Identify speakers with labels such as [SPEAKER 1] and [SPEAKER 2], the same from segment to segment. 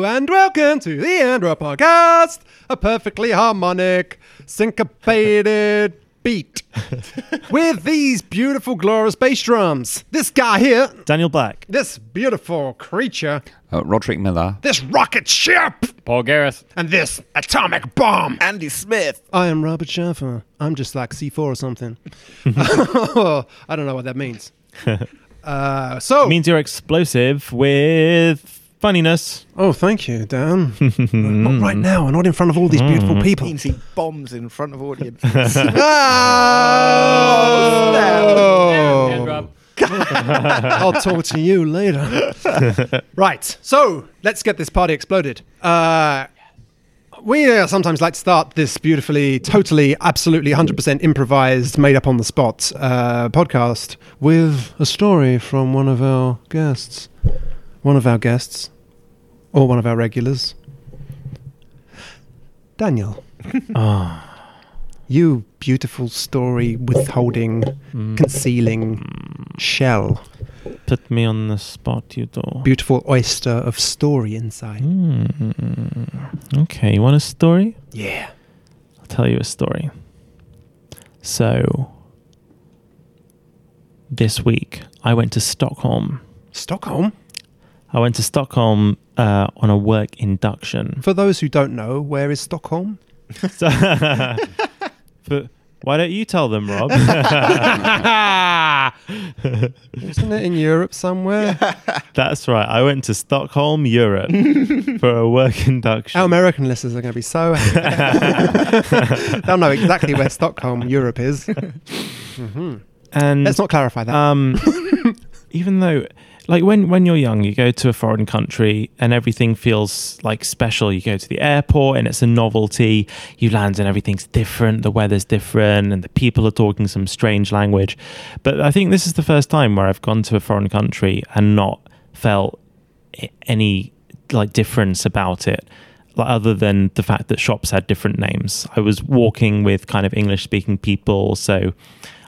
[SPEAKER 1] Welcome to the Andra Podcast, a perfectly harmonic, syncopated beat with these beautiful, glorious bass drums. This guy here,
[SPEAKER 2] Daniel Black.
[SPEAKER 1] this beautiful creature,
[SPEAKER 3] Uh, Roderick Miller.
[SPEAKER 1] this rocket ship,
[SPEAKER 4] Paul Gareth.
[SPEAKER 1] and this atomic bomb.
[SPEAKER 5] Andy Smith.
[SPEAKER 1] I am Robert Schaffer. I'm just like C4 or something. I don't know what that means. Uh, so,
[SPEAKER 2] Means you're explosive with funniness.
[SPEAKER 1] oh, thank you, Dan. not right now, not in front of all these
[SPEAKER 4] Mm.
[SPEAKER 1] beautiful people.
[SPEAKER 5] Means he bombs in front of audience.
[SPEAKER 1] Oh,
[SPEAKER 4] And Rob.
[SPEAKER 1] I'll talk to you later. right, so let's get this party exploded. Uh, we uh, sometimes like to start this beautifully, totally, absolutely 100% improvised, made up on the spot uh, podcast with a story from one of our guests. One of our guests, or one of our regulars. Daniel. You beautiful story withholding, concealing shell.
[SPEAKER 2] Put me on the spot, you door.
[SPEAKER 1] Beautiful oyster of story inside.
[SPEAKER 2] Okay, you want a story?
[SPEAKER 1] Yeah.
[SPEAKER 2] I'll tell you a story. So, this week I went to Stockholm.
[SPEAKER 1] Stockholm.
[SPEAKER 2] I went to Stockholm uh, on a work induction.
[SPEAKER 1] For those who don't know, where is Stockholm?
[SPEAKER 2] So, but why don't you tell them, Rob?
[SPEAKER 1] Isn't it in Europe somewhere?
[SPEAKER 2] That's right. I went to Stockholm, Europe for a work induction.
[SPEAKER 1] Our American listeners are going to be so happy. They'll know exactly where Stockholm, Europe is.
[SPEAKER 2] and
[SPEAKER 1] Let's not clarify that.
[SPEAKER 2] um, even though like when when you're young you go to a foreign country and everything feels like special you go to the airport and it's a novelty you land and everything's different the weather's different and the people are talking some strange language but i think this is the first time where i've gone to a foreign country and not felt i- any like difference about it like other than the fact that shops had different names i was walking with kind of english speaking people so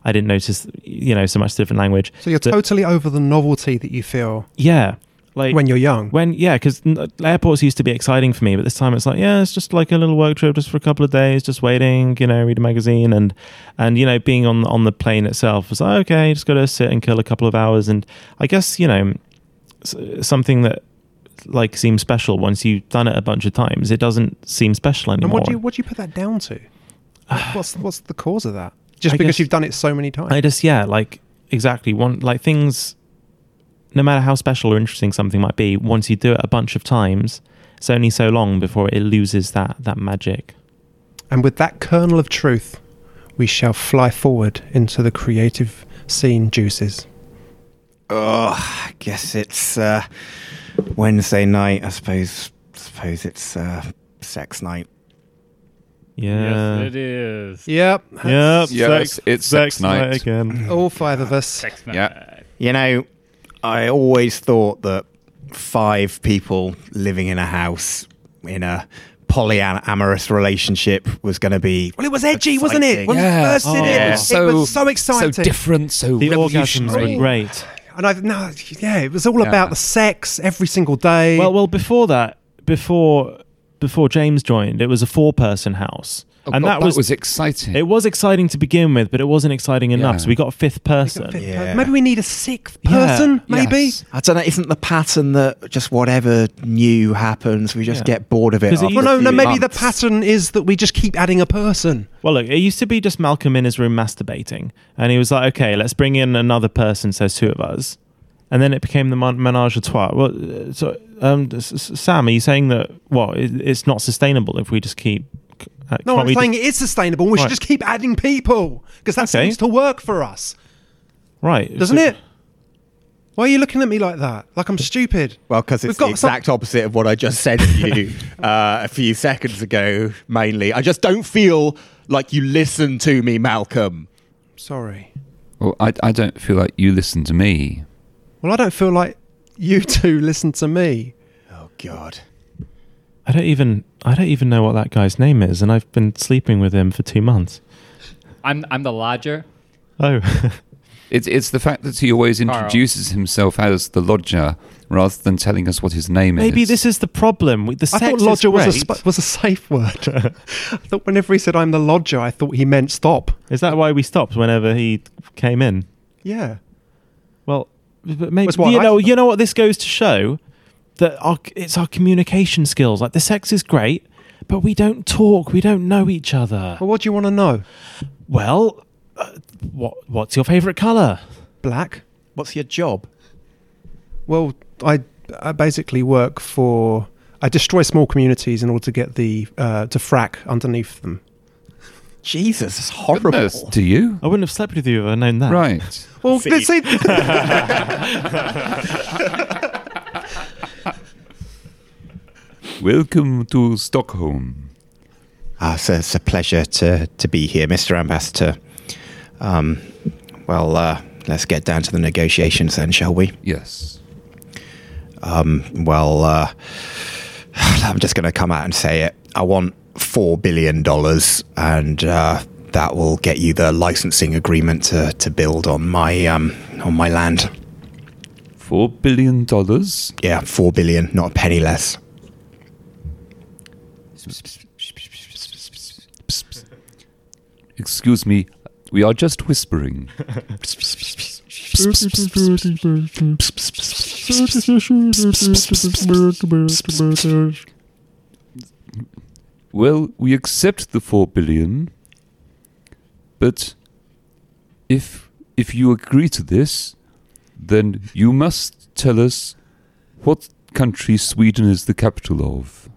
[SPEAKER 2] i didn't notice you know so much different language
[SPEAKER 1] so you're
[SPEAKER 2] but-
[SPEAKER 1] totally over the novelty that you feel
[SPEAKER 2] yeah like
[SPEAKER 1] when you're young.
[SPEAKER 2] when yeah because airports used to be exciting for me but this time it's like yeah it's just like a little work trip just for a couple of days just waiting you know read a magazine and and you know being on on the plane itself was like okay just gotta sit and kill a couple of hours and i guess you know s- something that like seems special once you've done it a bunch of times it doesn't seem special anymore
[SPEAKER 1] and what do you what do you put that down to? What's what's the cause of that? Just
[SPEAKER 2] I
[SPEAKER 1] because
[SPEAKER 2] guess-
[SPEAKER 1] you've done it so many times.
[SPEAKER 2] I just yeah, like exactly one like things no matter how special or interesting something might be, once you do it a bunch of times, it's only so long before it loses that that magic.
[SPEAKER 1] And with that kernel of truth, we shall fly forward into the creative scene juices.
[SPEAKER 5] oh, I guess it's uh, Wednesday night. I suppose. Suppose it's uh, sex night.
[SPEAKER 2] Yeah.
[SPEAKER 5] Uh,
[SPEAKER 4] yes, it is.
[SPEAKER 1] Yep.
[SPEAKER 2] Yep,
[SPEAKER 3] Yes, it's sex night.
[SPEAKER 2] again.
[SPEAKER 1] All five of us.
[SPEAKER 4] Sex night.
[SPEAKER 3] Yeah.
[SPEAKER 5] You know, I always thought that five people living in a house in a polyamorous relationship was going to be.
[SPEAKER 1] Well, it was edgy, wasn't it? When
[SPEAKER 3] Yeah.
[SPEAKER 1] we first did it, it
[SPEAKER 3] Yeah.
[SPEAKER 1] was so, it was so exciting.
[SPEAKER 3] So different, so Oh,
[SPEAKER 2] The orgasms
[SPEAKER 3] revolutionary.
[SPEAKER 2] were great.
[SPEAKER 1] and I, no, yeah, it was all
[SPEAKER 3] Yeah.
[SPEAKER 1] about the sex every single day.
[SPEAKER 2] Well, well, before that, before before James joined, it was a four-person house,
[SPEAKER 3] Oh,
[SPEAKER 2] and
[SPEAKER 3] God,
[SPEAKER 2] that was,
[SPEAKER 3] exciting.
[SPEAKER 2] it was exciting to begin with, but it wasn't exciting enough.
[SPEAKER 3] Yeah.
[SPEAKER 2] So we got a fifth person.
[SPEAKER 1] Fifth
[SPEAKER 5] Yeah.
[SPEAKER 1] person. Maybe we need a sixth
[SPEAKER 2] Yeah.
[SPEAKER 1] person, maybe?
[SPEAKER 3] Yes.
[SPEAKER 5] I don't know. Isn't the pattern that just whatever new happens, we just
[SPEAKER 2] Yeah.
[SPEAKER 5] get bored of it?
[SPEAKER 2] 'Cause it
[SPEAKER 5] after
[SPEAKER 1] Well,
[SPEAKER 2] used-
[SPEAKER 5] a
[SPEAKER 1] no,
[SPEAKER 5] few
[SPEAKER 1] no, maybe the
[SPEAKER 5] months?
[SPEAKER 1] pattern is that we just keep adding a person.
[SPEAKER 2] Well, look, it used to be just Malcolm in his room masturbating, and he was like, "Okay, let's bring in another person." So it's two of us, and then it became the mon- menage a trois. Well, uh, so um, S- S- Sam, are you saying that? Well, it, it's not sustainable if we just keep. Uh,
[SPEAKER 1] No,
[SPEAKER 2] can't
[SPEAKER 1] I'm
[SPEAKER 2] we
[SPEAKER 1] saying
[SPEAKER 2] just-
[SPEAKER 1] it is sustainable. We should
[SPEAKER 2] Right.
[SPEAKER 1] just keep adding people because that
[SPEAKER 2] Okay.
[SPEAKER 1] seems to work for us,
[SPEAKER 2] right,
[SPEAKER 1] doesn't
[SPEAKER 2] so-
[SPEAKER 1] it? Why are you looking at me like that? Like I'm stupid.
[SPEAKER 5] Well, because
[SPEAKER 1] We've
[SPEAKER 5] it's
[SPEAKER 1] got
[SPEAKER 5] the exact opposite of what I just said to you uh, a few seconds ago, mainly. I just don't feel like you listen to me, Malcolm.
[SPEAKER 1] Sorry.
[SPEAKER 3] Well, I, I don't feel like you listen to me.
[SPEAKER 1] Well, I don't feel like you two listen to me.
[SPEAKER 5] Oh, God.
[SPEAKER 2] I don't even. I don't even know what that guy's name is, and I've been sleeping with him for two months.
[SPEAKER 4] I'm I'm the lodger.
[SPEAKER 2] Oh,
[SPEAKER 3] It's it's the fact that he always
[SPEAKER 4] Carl.
[SPEAKER 3] introduces himself as the lodger rather than telling us what his name is.
[SPEAKER 2] Maybe this is the problem. with The
[SPEAKER 1] I
[SPEAKER 2] sex
[SPEAKER 1] thought
[SPEAKER 2] is
[SPEAKER 1] lodger was a,
[SPEAKER 2] great.
[SPEAKER 1] sp- was a safe word. I thought whenever he said I'm the lodger, I thought he meant stop.
[SPEAKER 2] Is that why we stopped whenever he came in?
[SPEAKER 1] Yeah.
[SPEAKER 2] Well, but maybe
[SPEAKER 1] That's what
[SPEAKER 2] you
[SPEAKER 1] I
[SPEAKER 2] know.
[SPEAKER 1] thought.
[SPEAKER 2] You know what this goes to show that our, it's our communication skills. Like the sex is great, but we don't talk. We don't know each other.
[SPEAKER 1] Well, what do you want to know?
[SPEAKER 2] Well, uh, what what's your favorite color?
[SPEAKER 1] Black?
[SPEAKER 5] What's your job?
[SPEAKER 1] Well, I, I basically work for. I destroy small communities in order to get the uh, to frack underneath them.
[SPEAKER 5] Jesus, it's horrible.
[SPEAKER 3] Goodness, do you?
[SPEAKER 2] I wouldn't have slept with you if I'd known that.
[SPEAKER 3] Right.
[SPEAKER 1] Well,
[SPEAKER 5] See.
[SPEAKER 1] let's see.
[SPEAKER 6] Uh,
[SPEAKER 3] Welcome to Stockholm.
[SPEAKER 5] Ah, so it's a pleasure to, to be here, Mr. Ambassador. Um, well, uh, let's get down to the negotiations then, shall we?
[SPEAKER 3] Yes.
[SPEAKER 5] Um, well, uh, I'm just going to come out and say it. I want $4 billion, and uh, that will get you the licensing agreement to, to build on my, um, on my land.
[SPEAKER 3] Four billion dollars.
[SPEAKER 5] Yeah, $4 billion, not a penny less.
[SPEAKER 3] Excuse me, we are just whispering. Well, we accept the four billion, but if if you agree to this, then you must tell us what country Sweden is the capital of.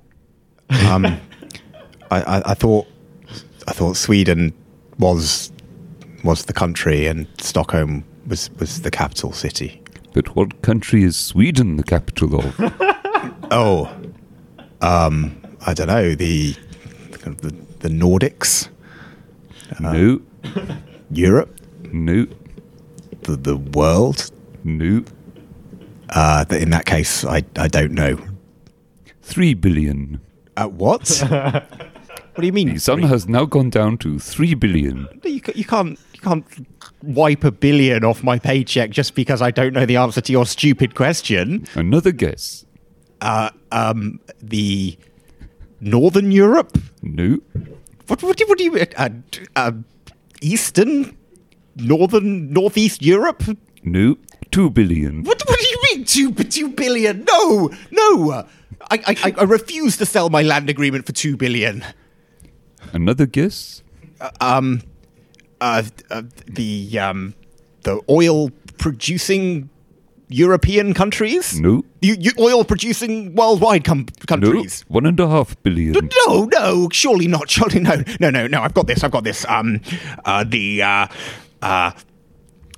[SPEAKER 5] Um, I, I, I thought I thought Sweden was was the country and Stockholm was, was the capital city.
[SPEAKER 3] But what country is Sweden the capital of?
[SPEAKER 5] Oh, um, I don't know the the, the Nordics,
[SPEAKER 3] no,
[SPEAKER 5] Europe,
[SPEAKER 3] no,
[SPEAKER 5] the, the world.
[SPEAKER 3] no.
[SPEAKER 5] Uh, th- in that case, I, I don't know.
[SPEAKER 3] Three billion.
[SPEAKER 5] Uh, what? what do you mean?
[SPEAKER 3] The sun has now gone down to three billion.
[SPEAKER 5] You, ca- you can't you can't wipe a billion off my paycheck just because I don't know the answer to your stupid question.
[SPEAKER 3] Another guess.
[SPEAKER 5] um, the Northern Europe.
[SPEAKER 3] No,
[SPEAKER 5] What, what, do, what do you uh, d- uh, Eastern, Northern, Northeast Europe?
[SPEAKER 3] no. Two billion.
[SPEAKER 5] What, what do you mean two two billion? No, no. I, I, I- I refuse to sell my land agreement for two billion.
[SPEAKER 3] Another guess.
[SPEAKER 5] Um, uh, uh, the um, the oil producing European countries.
[SPEAKER 3] No,
[SPEAKER 5] You, you oil producing worldwide com-
[SPEAKER 3] no.
[SPEAKER 5] countries.
[SPEAKER 3] One and a half billion.
[SPEAKER 5] No, no, surely not. Surely no, no, no, no. I've got this. I've got this. Um, uh, the uh, uh,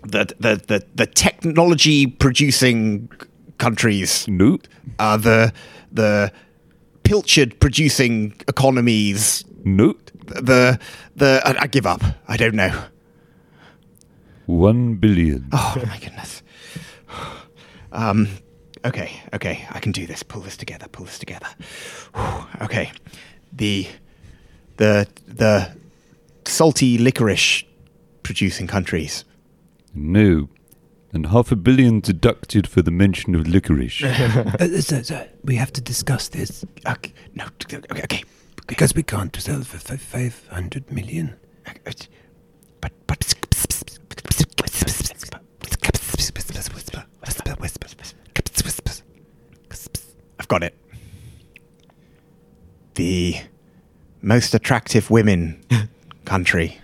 [SPEAKER 5] the the the, the technology producing countries.
[SPEAKER 3] No,
[SPEAKER 5] Uh, the the pilchard producing economies.
[SPEAKER 3] no.
[SPEAKER 5] The the I, I give up. I don't know.
[SPEAKER 3] One billion.
[SPEAKER 5] Oh my goodness. Um, okay, okay, I can do this. Pull this together. Pull this together. Whew, okay, the the the salty licorice producing countries.
[SPEAKER 3] No. And half a billion deducted for the mention of licorice.
[SPEAKER 6] Uh, so, so we have to discuss this
[SPEAKER 5] Okay, no, t- t- okay, okay.
[SPEAKER 6] because we can't sell for fi- 500 million.
[SPEAKER 5] But but I've got it. The most attractive women country.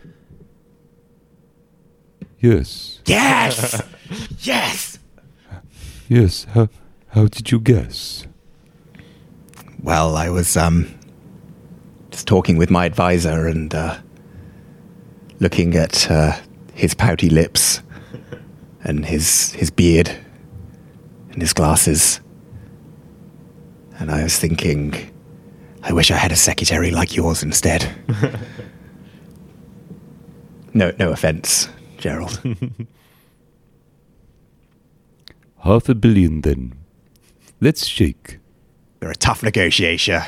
[SPEAKER 3] yes.
[SPEAKER 5] Yes! yes!
[SPEAKER 3] Yes. How, how did you guess?
[SPEAKER 5] Well, I was um just talking with my advisor and uh, looking at uh, his pouty lips and his his beard and his glasses, and I was thinking, I wish I had a secretary like yours instead. no, no offense, Gerald.
[SPEAKER 3] Half a billion then. Let's shake.
[SPEAKER 5] You're a tough negotiator.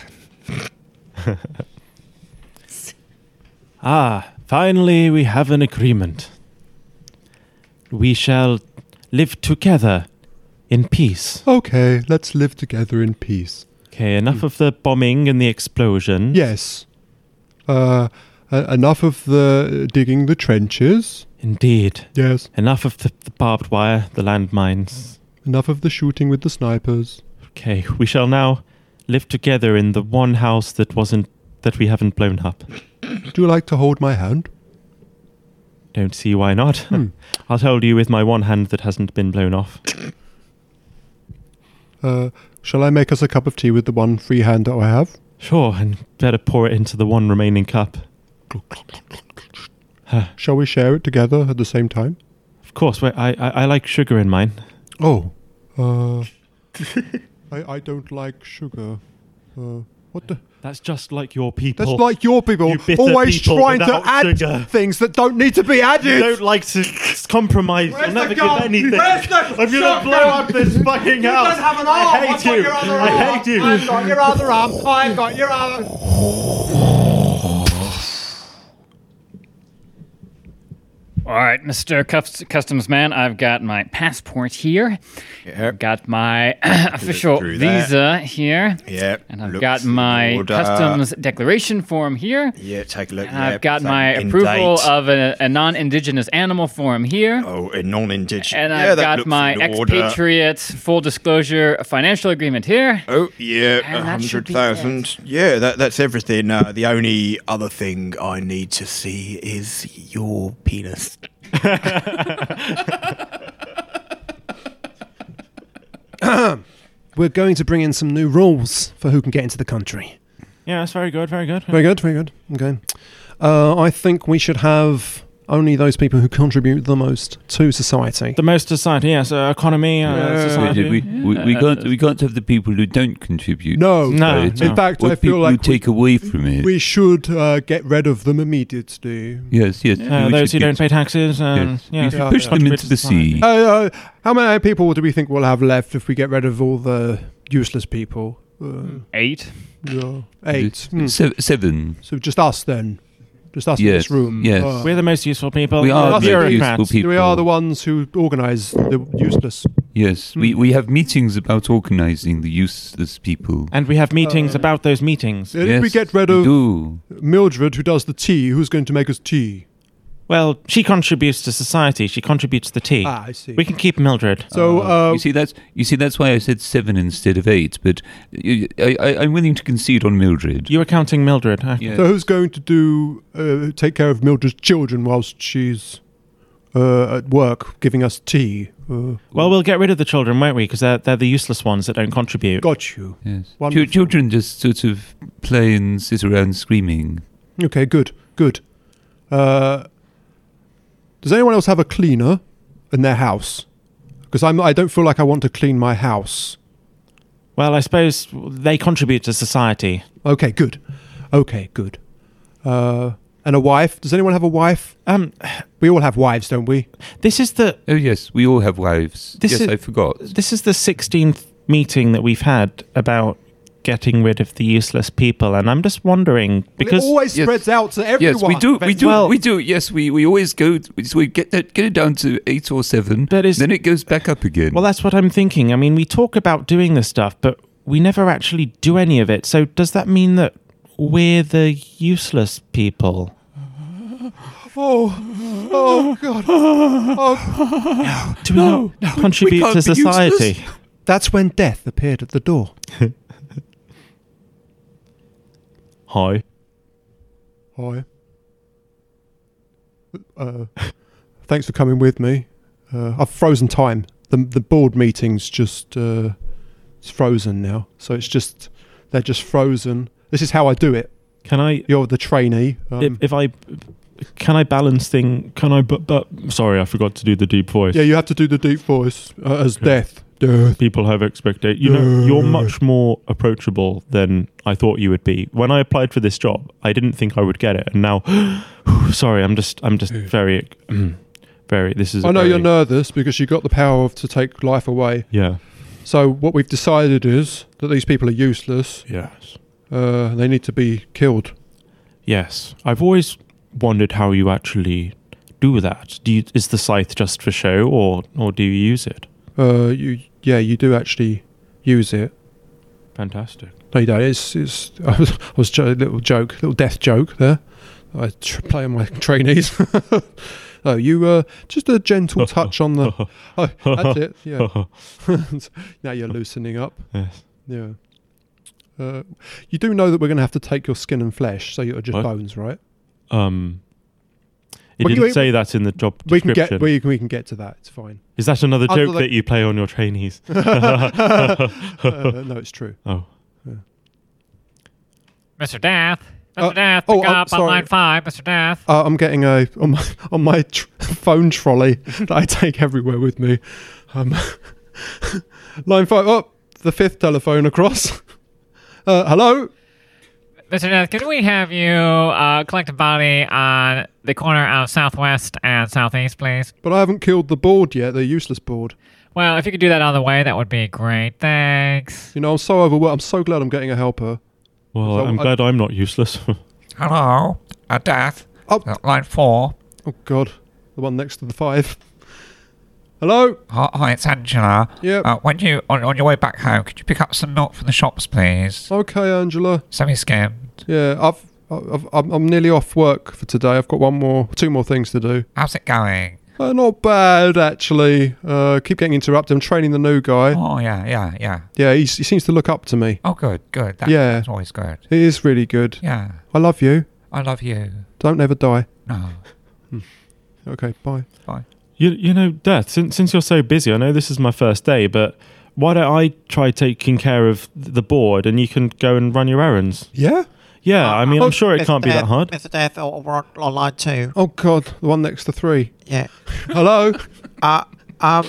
[SPEAKER 2] Ah, finally we have an agreement. we shall live together in peace.
[SPEAKER 7] Okay, let's live together in peace.
[SPEAKER 2] Okay, enough
[SPEAKER 1] Hmm.
[SPEAKER 2] of the bombing and the explosion.
[SPEAKER 7] Yes. Uh, uh, enough of the digging the trenches.
[SPEAKER 2] Indeed.
[SPEAKER 7] Yes.
[SPEAKER 2] Enough of the, the barbed wire, the landmines.
[SPEAKER 7] Enough of the shooting with the snipers.
[SPEAKER 2] Okay, we shall now live together in the one house that wasn't that we haven't blown up.
[SPEAKER 7] Do you like to hold my hand?
[SPEAKER 2] Don't see why not.
[SPEAKER 7] Hmm.
[SPEAKER 2] I'll hold you with my one hand that hasn't been blown off.
[SPEAKER 7] Uh, shall I make us a cup of tea with the one free hand that I have?
[SPEAKER 2] Sure, and better pour it into the one remaining cup.
[SPEAKER 7] Shall we share it together at the same time?
[SPEAKER 2] Of course, wait, I, I I like sugar in mine.
[SPEAKER 7] Oh. Uh, I, I don't like sugar. Uh, what the?
[SPEAKER 2] That's just like your people.
[SPEAKER 7] That's like your people
[SPEAKER 2] Oh, You bitter
[SPEAKER 7] always
[SPEAKER 2] people
[SPEAKER 7] trying to
[SPEAKER 2] without
[SPEAKER 7] add
[SPEAKER 2] sugar.
[SPEAKER 7] things that don't need to be
[SPEAKER 2] You
[SPEAKER 7] added.
[SPEAKER 2] don't like to compromise.
[SPEAKER 7] Where's
[SPEAKER 2] you never
[SPEAKER 7] the
[SPEAKER 2] give
[SPEAKER 7] gun?
[SPEAKER 2] anything.
[SPEAKER 7] Where's the
[SPEAKER 2] I'm gonna
[SPEAKER 7] shotgun?
[SPEAKER 2] blow up this fucking
[SPEAKER 7] You
[SPEAKER 2] house.
[SPEAKER 7] don't have an arm.
[SPEAKER 2] I
[SPEAKER 7] I've
[SPEAKER 2] hate
[SPEAKER 7] got
[SPEAKER 2] you.
[SPEAKER 7] your other
[SPEAKER 2] I
[SPEAKER 7] arm.
[SPEAKER 2] hate you.
[SPEAKER 7] I've got your other arm. I've got your other.
[SPEAKER 4] All right, Mr. Cus- Customs Man, I've got my passport here. I've got my official
[SPEAKER 5] through that.
[SPEAKER 4] visa here.
[SPEAKER 5] Yeah.
[SPEAKER 4] And I've
[SPEAKER 5] look
[SPEAKER 4] got
[SPEAKER 5] through
[SPEAKER 4] my
[SPEAKER 5] order.
[SPEAKER 4] customs declaration form here.
[SPEAKER 5] Yeah, take a look.
[SPEAKER 4] And
[SPEAKER 5] yeah,
[SPEAKER 4] I've got
[SPEAKER 5] same.
[SPEAKER 4] my
[SPEAKER 5] In
[SPEAKER 4] approval
[SPEAKER 5] date.
[SPEAKER 4] of a, a non indigenous animal form here.
[SPEAKER 5] Oh, a non-indigenous.
[SPEAKER 4] And
[SPEAKER 5] yeah,
[SPEAKER 4] I've
[SPEAKER 5] that
[SPEAKER 4] got
[SPEAKER 5] looks
[SPEAKER 4] my
[SPEAKER 5] in order.
[SPEAKER 4] expatriate full disclosure financial agreement here.
[SPEAKER 5] Oh yeah, a
[SPEAKER 4] And that should
[SPEAKER 5] hundred
[SPEAKER 4] be
[SPEAKER 5] thousand. Yeah, that, that's everything. Uh, the only other thing I need to see is your penis.
[SPEAKER 7] We're going to bring in some new rules for who can get into the country.
[SPEAKER 2] Yeah, that's very good. Very good.
[SPEAKER 7] Very good, very good. Okay. Uh, I think we should have only those people who contribute the most to society.
[SPEAKER 2] The most society, yes, uh, economy, uh,
[SPEAKER 3] We,
[SPEAKER 2] society.
[SPEAKER 3] we, we, we can't we can't have the people who don't contribute.
[SPEAKER 7] No,
[SPEAKER 2] No,
[SPEAKER 7] In
[SPEAKER 2] no.
[SPEAKER 7] fact,
[SPEAKER 3] what
[SPEAKER 7] I feel
[SPEAKER 3] people
[SPEAKER 7] like we,
[SPEAKER 3] take away from it.
[SPEAKER 7] we should uh, get rid of them immediately.
[SPEAKER 3] yes, yes.
[SPEAKER 2] uh,
[SPEAKER 3] we
[SPEAKER 2] those who
[SPEAKER 3] should
[SPEAKER 2] don't
[SPEAKER 3] get-
[SPEAKER 2] pay taxes. Um,
[SPEAKER 3] Yes.
[SPEAKER 2] yeah,
[SPEAKER 3] You should push them
[SPEAKER 2] contribute
[SPEAKER 3] into
[SPEAKER 2] to
[SPEAKER 3] the
[SPEAKER 2] society.
[SPEAKER 3] sea.
[SPEAKER 7] Uh, uh, how many people do we think we'll have left if we get rid of all the useless people?
[SPEAKER 2] Hmm.
[SPEAKER 7] Uh,
[SPEAKER 4] Eight.
[SPEAKER 7] yeah, eight. Hmm.
[SPEAKER 3] Se- seven.
[SPEAKER 7] So just us then. Just us in
[SPEAKER 3] Yes,
[SPEAKER 7] this room.
[SPEAKER 3] yes.
[SPEAKER 7] Uh,
[SPEAKER 2] We're the most useful people.
[SPEAKER 3] We are
[SPEAKER 2] We're
[SPEAKER 7] the most
[SPEAKER 2] bureaucrats.
[SPEAKER 3] useful people.
[SPEAKER 7] we are the ones who organise the useless.
[SPEAKER 3] Yes, we,
[SPEAKER 7] Hmm.
[SPEAKER 3] we have meetings about organising the useless people.
[SPEAKER 2] And we have meetings about those meetings.
[SPEAKER 7] And
[SPEAKER 3] yes,
[SPEAKER 7] if we get rid of
[SPEAKER 3] do.
[SPEAKER 7] Mildred, who does the tea, who's going to make us tea?
[SPEAKER 2] Well, she contributes to society. She contributes the tea.
[SPEAKER 7] Ah, I see.
[SPEAKER 2] We can keep Mildred.
[SPEAKER 7] so, uh,
[SPEAKER 3] Oh, you see that's you see that's why I said seven instead of eight. But uh, I, I, I'm willing to concede on Mildred.
[SPEAKER 2] You were counting Mildred. Uh, huh?
[SPEAKER 3] Yeah.
[SPEAKER 7] so who's going to do uh, take care of Mildred's children whilst she's uh, at work giving us tea? Uh,
[SPEAKER 2] Well, we'll get rid of the children, won't we? Because they're, they're the useless ones that don't contribute.
[SPEAKER 7] got you.
[SPEAKER 3] Yes.
[SPEAKER 7] Wonderful.
[SPEAKER 3] Ch- children just sort of play and sit around screaming.
[SPEAKER 7] Okay, good, good. Uh, does anyone else have a cleaner in their house? Because I'm I don't feel like I want to clean my house.
[SPEAKER 2] Well, I suppose they contribute to society.
[SPEAKER 7] Okay, good. Okay, good. Uh, and a wife? Does anyone have a wife?
[SPEAKER 2] Um,
[SPEAKER 7] We all have wives, don't we?
[SPEAKER 2] this is the
[SPEAKER 3] Oh yes, we all have wives.
[SPEAKER 2] This
[SPEAKER 3] yes,
[SPEAKER 2] is-
[SPEAKER 3] I forgot.
[SPEAKER 2] this is the 16th meeting that we've had about getting rid of the useless people, and I'm just wondering because
[SPEAKER 7] it always
[SPEAKER 3] Yes.
[SPEAKER 7] spreads out to everyone.
[SPEAKER 3] Yes, we do. We do.
[SPEAKER 2] well-
[SPEAKER 3] we do. Yes, we, we always go. So we get that get it down to eight or seven.
[SPEAKER 2] That is-
[SPEAKER 3] then it goes back up again.
[SPEAKER 2] Well, that's what I'm thinking. I mean, we talk about doing this stuff, but we never actually do any of it. So does that mean that we're the useless people?
[SPEAKER 7] Oh, oh God! Oh.
[SPEAKER 2] Do we no, contribute
[SPEAKER 3] can't
[SPEAKER 2] to
[SPEAKER 3] be useless.
[SPEAKER 2] society?
[SPEAKER 7] That's when death appeared at the door.
[SPEAKER 2] Hi.
[SPEAKER 7] Hi. Uh, thanks for coming with me. Uh, I've frozen time. The the board meeting's just uh, it's frozen now, so it's just they're just frozen. This is how I do it.
[SPEAKER 2] Can I
[SPEAKER 7] You're the trainee.
[SPEAKER 2] if,
[SPEAKER 7] Um,
[SPEAKER 2] if I can I balance thing can I but but sorry, I forgot to do the deep voice.
[SPEAKER 7] yeah, you have to do the deep voice uh, as death. Death.
[SPEAKER 2] People have expectations. You know, you're much more approachable than I thought you would be. When I applied for this job, I didn't think I would get it, and now, sorry, I'm just, I'm just very, mm, very. This is. a
[SPEAKER 1] Oh,
[SPEAKER 7] I know you're
[SPEAKER 2] very-
[SPEAKER 7] nervous because you got the power of to take life away.
[SPEAKER 2] Yeah.
[SPEAKER 7] So what we've decided is that these people are useless.
[SPEAKER 2] Yes.
[SPEAKER 7] Uh, they need to be killed.
[SPEAKER 2] Yes. I've always wondered how you actually do that? Do you, is the scythe just for show, or or do you use it?
[SPEAKER 1] Uh, you yeah, you do actually use it.
[SPEAKER 2] Fantastic.
[SPEAKER 1] No, you don't. It's it's. I was, I was jo- little joke, little death joke there. I tr- play on my trainees. no, you uh, just a gentle touch on the. Oh, that's it. Yeah. now you're loosening up.
[SPEAKER 2] Yes.
[SPEAKER 1] Yeah. Uh, you do know that we're going to have to take your skin and flesh, so you're just
[SPEAKER 2] What?
[SPEAKER 1] bones, right?
[SPEAKER 2] Um, it
[SPEAKER 1] Well, you-
[SPEAKER 2] didn't say that in the job
[SPEAKER 1] We
[SPEAKER 2] description.
[SPEAKER 1] can get we can, we can get to that. It's fine.
[SPEAKER 2] Is that another
[SPEAKER 1] Other
[SPEAKER 2] joke
[SPEAKER 1] than-
[SPEAKER 2] that you play on your trainees?
[SPEAKER 1] Uh, no, it's true.
[SPEAKER 2] Oh,
[SPEAKER 4] Mr. Death. Mr.
[SPEAKER 1] Uh,
[SPEAKER 4] Death,
[SPEAKER 1] oh,
[SPEAKER 4] pick
[SPEAKER 1] I'm
[SPEAKER 4] up
[SPEAKER 1] sorry.
[SPEAKER 4] on line five, Mr. Death.
[SPEAKER 1] Uh, I'm getting a on my on my tr- phone trolley that I take everywhere with me. Um, line five up, the fifth telephone across. Uh, hello.
[SPEAKER 4] Mr. Death, could we have you uh, collect a body on the corner of Southwest and Southeast, please?
[SPEAKER 1] But I haven't killed the board yet, the useless board.
[SPEAKER 4] Well, if you could do that on the way, that would be great. Thanks.
[SPEAKER 1] You know, I'm so overworked. I'm so glad I'm getting a helper.
[SPEAKER 2] well,
[SPEAKER 1] So
[SPEAKER 2] I'm
[SPEAKER 1] I-
[SPEAKER 2] glad I'm not useless.
[SPEAKER 8] Hello, uh, Death.
[SPEAKER 1] Oh.
[SPEAKER 8] Uh, line four.
[SPEAKER 1] Oh God, the one next to the five. Hello.
[SPEAKER 8] Hi, hi, it's Angela.
[SPEAKER 1] Yep.
[SPEAKER 8] Uh, when you on, on your way back home, could you pick up some milk from the shops, please?
[SPEAKER 1] Okay, Angela.
[SPEAKER 8] Semi skimmed.
[SPEAKER 1] Yeah, I've, I've I'm- I'm nearly off work for today. I've got one more, two more things to do.
[SPEAKER 8] How's it going?
[SPEAKER 1] Uh, not bad actually. Uh, keep getting interrupted. I'm training the new guy.
[SPEAKER 8] Oh yeah, yeah, yeah.
[SPEAKER 1] Yeah, he's, he seems to look up to me.
[SPEAKER 8] Oh good, good. That,
[SPEAKER 1] Yeah.
[SPEAKER 8] that's always good.
[SPEAKER 1] He is really good.
[SPEAKER 8] Yeah.
[SPEAKER 1] I love you.
[SPEAKER 8] I love you.
[SPEAKER 1] Don't ever die.
[SPEAKER 8] No.
[SPEAKER 1] Okay, bye.
[SPEAKER 8] Bye.
[SPEAKER 2] you, you know, Death. Since since you're so busy, I know this is my first day, but why don't I try taking care of the board and you can go and run your errands?
[SPEAKER 1] Yeah?
[SPEAKER 2] Yeah, I mean,
[SPEAKER 1] oh,
[SPEAKER 2] I'm sure it can't be that
[SPEAKER 9] Death-
[SPEAKER 2] hard.
[SPEAKER 9] Mr. Death, oh, we're on on line two.
[SPEAKER 1] Oh God, the one next to three.
[SPEAKER 9] Yeah.
[SPEAKER 1] Hello.
[SPEAKER 9] Uh, um,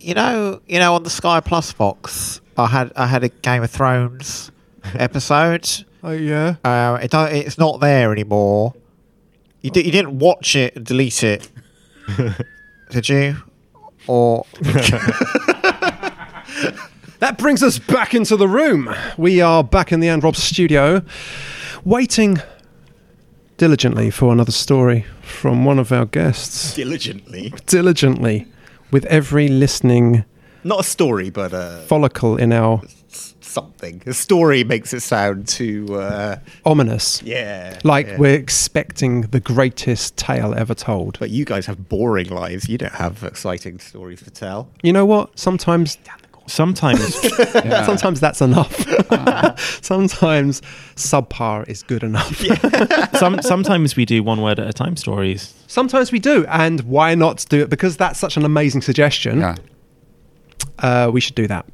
[SPEAKER 9] you know, you know, on the Sky Plus box, I had I had a Game of Thrones episode.
[SPEAKER 1] oh yeah.
[SPEAKER 9] Uh, it don't, it's not there anymore. You di- you didn't watch it and delete it, did you? Or
[SPEAKER 1] That brings us back into the room. We are back in the Androb studio, waiting diligently for another story from one of our guests.
[SPEAKER 5] Diligently.
[SPEAKER 1] Diligently, with every listening
[SPEAKER 5] Not a story, but a
[SPEAKER 1] follicle in our
[SPEAKER 5] something. A story makes it sound too, uh,
[SPEAKER 1] ominous.
[SPEAKER 5] yeah.
[SPEAKER 1] Like
[SPEAKER 5] yeah.
[SPEAKER 1] we're expecting the greatest tale ever told.
[SPEAKER 5] But you guys have boring lives. You don't have exciting stories to tell.
[SPEAKER 1] You know what? Sometimes
[SPEAKER 2] Sometimes
[SPEAKER 1] Sometimes that's enough. Sometimes subpar is good enough.
[SPEAKER 2] some sometimes we do one word at a time stories.
[SPEAKER 1] Sometimes we do, and why not do it? Because that's such an amazing suggestion.
[SPEAKER 8] Yeah.
[SPEAKER 1] Uh, we should do that.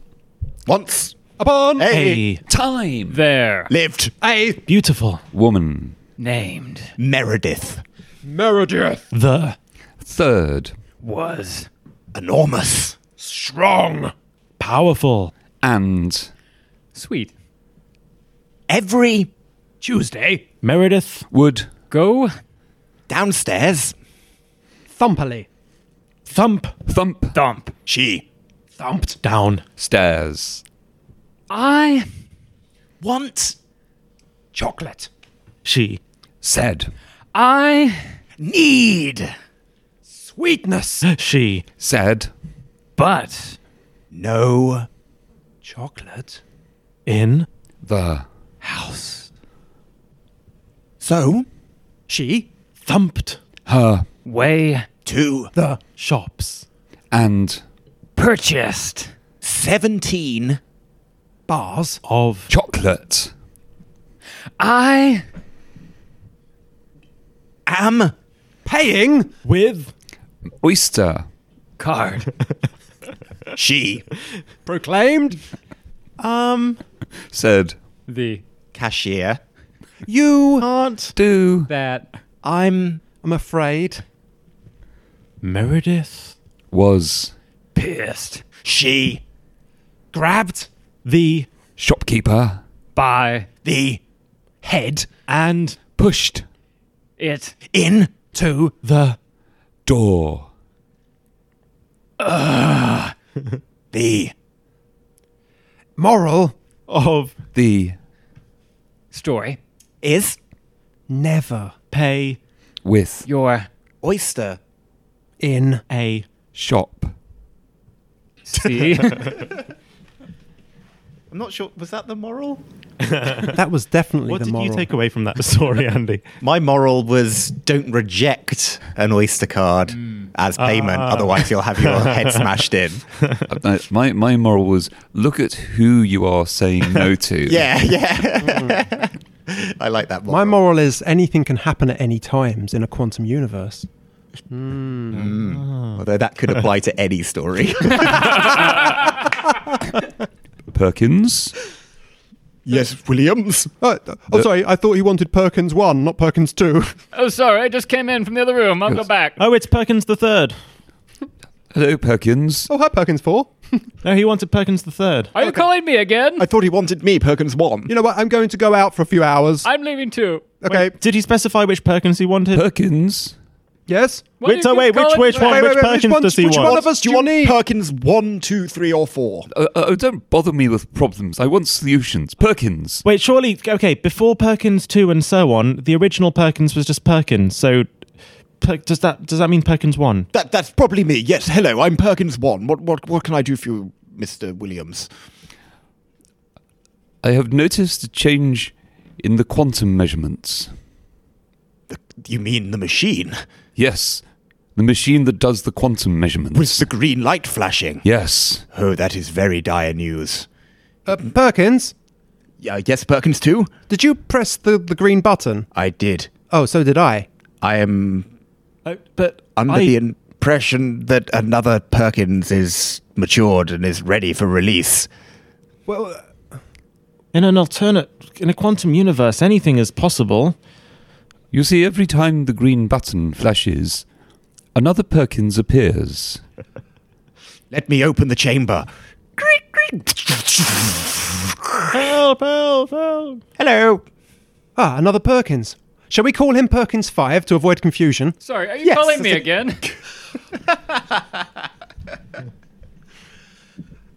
[SPEAKER 5] Once.
[SPEAKER 1] Upon
[SPEAKER 2] Hey,
[SPEAKER 3] Time.
[SPEAKER 4] There.
[SPEAKER 5] Lived
[SPEAKER 1] a
[SPEAKER 2] beautiful
[SPEAKER 3] Woman.
[SPEAKER 4] Named.
[SPEAKER 5] Meredith.
[SPEAKER 1] Meredith,
[SPEAKER 2] the
[SPEAKER 3] Third.
[SPEAKER 4] Was.
[SPEAKER 5] Enormous.
[SPEAKER 2] powerful
[SPEAKER 3] And.
[SPEAKER 4] Sweet.
[SPEAKER 5] Every
[SPEAKER 4] Tuesday.
[SPEAKER 2] Meredith
[SPEAKER 3] Would.
[SPEAKER 4] Go.
[SPEAKER 5] downstairs.
[SPEAKER 1] Thumperly,
[SPEAKER 2] thump
[SPEAKER 3] Thump.
[SPEAKER 4] Thump.
[SPEAKER 5] She
[SPEAKER 2] thumped down.
[SPEAKER 3] Stairs.
[SPEAKER 4] I.
[SPEAKER 5] want
[SPEAKER 1] chocolate,
[SPEAKER 2] She
[SPEAKER 3] Said.
[SPEAKER 4] I.
[SPEAKER 5] need
[SPEAKER 1] sweetness,
[SPEAKER 2] she
[SPEAKER 3] Said.
[SPEAKER 4] But.
[SPEAKER 5] no
[SPEAKER 1] chocolate,
[SPEAKER 2] in
[SPEAKER 3] The.
[SPEAKER 5] so
[SPEAKER 1] she,
[SPEAKER 2] thumped
[SPEAKER 3] Her.
[SPEAKER 4] Way.
[SPEAKER 5] to
[SPEAKER 1] the,
[SPEAKER 2] shops.
[SPEAKER 3] And.
[SPEAKER 4] Purchased.
[SPEAKER 5] 17
[SPEAKER 1] bars,
[SPEAKER 2] Of
[SPEAKER 3] Chocolate.
[SPEAKER 4] I.
[SPEAKER 5] am
[SPEAKER 1] paying,
[SPEAKER 2] with
[SPEAKER 3] Oyster.
[SPEAKER 4] Card.
[SPEAKER 5] she
[SPEAKER 1] proclaimed,
[SPEAKER 2] um
[SPEAKER 3] Said.
[SPEAKER 4] the.
[SPEAKER 5] cashier
[SPEAKER 1] you,
[SPEAKER 2] can't
[SPEAKER 3] Do.
[SPEAKER 4] That.
[SPEAKER 5] i'm
[SPEAKER 1] I'm afraid,
[SPEAKER 2] Meredith
[SPEAKER 3] Was.
[SPEAKER 4] Pissed.
[SPEAKER 5] she
[SPEAKER 1] grabbed,
[SPEAKER 2] the
[SPEAKER 3] Shopkeeper.
[SPEAKER 4] By.
[SPEAKER 5] the head
[SPEAKER 2] and
[SPEAKER 3] Pushed.
[SPEAKER 4] It.
[SPEAKER 5] in
[SPEAKER 1] to,
[SPEAKER 2] the
[SPEAKER 3] Door.
[SPEAKER 5] the
[SPEAKER 1] moral,
[SPEAKER 2] of
[SPEAKER 3] The.
[SPEAKER 4] Story.
[SPEAKER 5] is
[SPEAKER 1] never,
[SPEAKER 2] pay
[SPEAKER 3] With.
[SPEAKER 4] Your.
[SPEAKER 5] oyster
[SPEAKER 1] in
[SPEAKER 2] A.
[SPEAKER 3] Shop.
[SPEAKER 4] See?
[SPEAKER 5] I'm not sure. Was that the moral?
[SPEAKER 1] that was definitely
[SPEAKER 2] What
[SPEAKER 1] the
[SPEAKER 2] did
[SPEAKER 1] moral.
[SPEAKER 2] you take away from that story, Andy?
[SPEAKER 5] My moral was don't reject an Oyster card as payment, otherwise you'll have your head smashed in.
[SPEAKER 3] Uh, my my moral was look at who you are saying no to.
[SPEAKER 5] Yeah, yeah. I like that moral.
[SPEAKER 1] My moral is anything can happen at any times in a quantum universe.
[SPEAKER 5] Although that could apply to any story.
[SPEAKER 3] Perkins.
[SPEAKER 5] yes, Williams.
[SPEAKER 1] Oh,
[SPEAKER 3] Uh,
[SPEAKER 1] sorry. I thought he wanted Perkins one, not Perkins two.
[SPEAKER 4] oh, sorry. I just came in from the other room. I'll go back.
[SPEAKER 2] Oh, it's Perkins the Third.
[SPEAKER 3] Hello, Perkins.
[SPEAKER 1] oh, hi, Perkins four.
[SPEAKER 2] No, he wanted Perkins the Third.
[SPEAKER 4] Are you calling me again?
[SPEAKER 5] I thought he wanted me, Perkins 1.
[SPEAKER 1] You know what? I'm going to go out for a few hours.
[SPEAKER 4] I'm leaving too.
[SPEAKER 1] okay.
[SPEAKER 2] Did he specify which Perkins he wanted?
[SPEAKER 3] Perkins.
[SPEAKER 1] yes.
[SPEAKER 4] Why do
[SPEAKER 2] Which-
[SPEAKER 4] you
[SPEAKER 2] oh,
[SPEAKER 4] keep
[SPEAKER 2] wait, which-
[SPEAKER 4] calling-
[SPEAKER 2] which one?
[SPEAKER 1] Wait, wait, wait,
[SPEAKER 2] Perkins
[SPEAKER 1] one-
[SPEAKER 2] does he
[SPEAKER 1] which
[SPEAKER 2] want?
[SPEAKER 1] one of us do you need?
[SPEAKER 5] Perkins 1, 2, 3, or
[SPEAKER 3] Uh,
[SPEAKER 5] 4?
[SPEAKER 3] uh, oh, don't bother me with problems. I want solutions. Perkins.
[SPEAKER 2] Wait, surely, okay, before Perkins 2 and so on, the original Perkins was just Perkins. So per- does that does that mean Perkins 1?
[SPEAKER 5] That, that's probably me. Yes, hello, I'm Perkins 1. What, what, what can I do for you, Mr. Williams?
[SPEAKER 3] I have noticed a change in the quantum measurements.
[SPEAKER 5] You mean the machine?
[SPEAKER 3] Yes, the machine that does the quantum measurements.
[SPEAKER 5] With the green light flashing?
[SPEAKER 3] yes.
[SPEAKER 5] Oh, that is very dire news.
[SPEAKER 1] Uh, Perkins,
[SPEAKER 5] Yeah, yes, Perkins 2?
[SPEAKER 1] did you press the, the green button?
[SPEAKER 5] I did.
[SPEAKER 1] Oh, so did I.
[SPEAKER 5] I am
[SPEAKER 2] but
[SPEAKER 5] under the impression that another Perkins is matured and is ready for release.
[SPEAKER 1] Well, uh,
[SPEAKER 2] in an alternate in a quantum universe, anything is possible.
[SPEAKER 3] You see, every time the green button flashes, another Perkins appears.
[SPEAKER 5] Let me open the chamber.
[SPEAKER 2] Help, help, help.
[SPEAKER 5] Hello.
[SPEAKER 1] ah, another Perkins. Shall we call him Perkins five to avoid confusion?
[SPEAKER 4] Sorry, are you
[SPEAKER 1] Yes,
[SPEAKER 4] calling me
[SPEAKER 1] that's a-
[SPEAKER 4] again?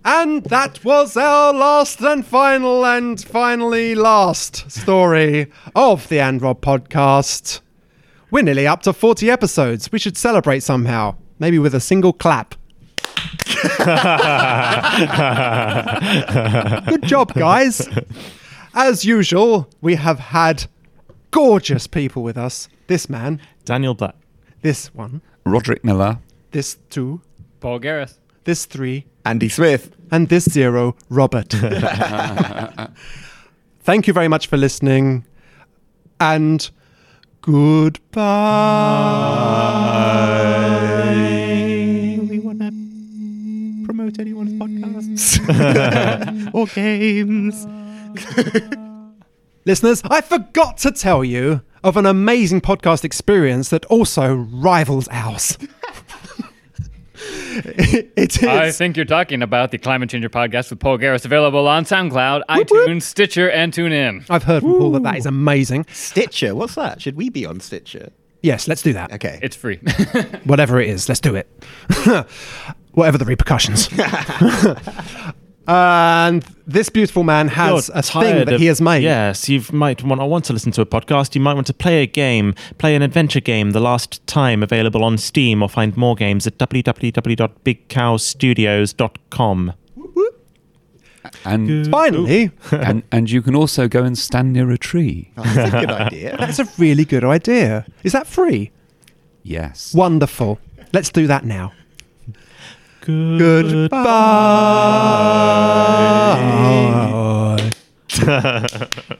[SPEAKER 1] And that was our last and final and finally last story of the Android podcast. We're nearly up to 40 episodes. We should celebrate somehow, maybe with a single clap. Good job, guys. As usual, we have had gorgeous people with us. This man,
[SPEAKER 2] Daniel Black.
[SPEAKER 1] this one,
[SPEAKER 3] Roderick Miller.
[SPEAKER 1] this two,
[SPEAKER 4] Paul Garris.
[SPEAKER 1] this three,
[SPEAKER 5] Andy Smith.
[SPEAKER 1] and this zero, Robert. Thank you very much for listening, and goodbye.
[SPEAKER 5] We want to promote anyone's podcasts or games.
[SPEAKER 1] Listeners, I forgot to tell you of an amazing podcast experience that also rivals ours. it is.
[SPEAKER 4] I think you're talking about the Climate Changer podcast with Paul Garris, available on SoundCloud, iTunes, Stitcher, and TuneIn.
[SPEAKER 1] I've heard from Paul that that is amazing.
[SPEAKER 5] Stitcher, what's that? Should we be on Stitcher?
[SPEAKER 1] Yes, let's do that.
[SPEAKER 5] Okay.
[SPEAKER 4] It's free.
[SPEAKER 1] whatever it is, let's do it. whatever the repercussions. and this beautiful man has
[SPEAKER 2] You're
[SPEAKER 1] a
[SPEAKER 2] tired
[SPEAKER 1] thing that
[SPEAKER 2] of-
[SPEAKER 1] he has made.
[SPEAKER 2] Yes, you might want. I want to listen to a podcast. You might want to play a game, play an adventure game. The last time available on Steam, or find more games at www.bigcowstudios.com.
[SPEAKER 3] And,
[SPEAKER 1] Finally,
[SPEAKER 3] and, and you can also go and stand near a tree.
[SPEAKER 5] That's a good idea.
[SPEAKER 1] that's a really good idea. Is that free?
[SPEAKER 3] Yes.
[SPEAKER 1] Wonderful. Let's do that now.
[SPEAKER 2] Good.
[SPEAKER 1] Goodbye.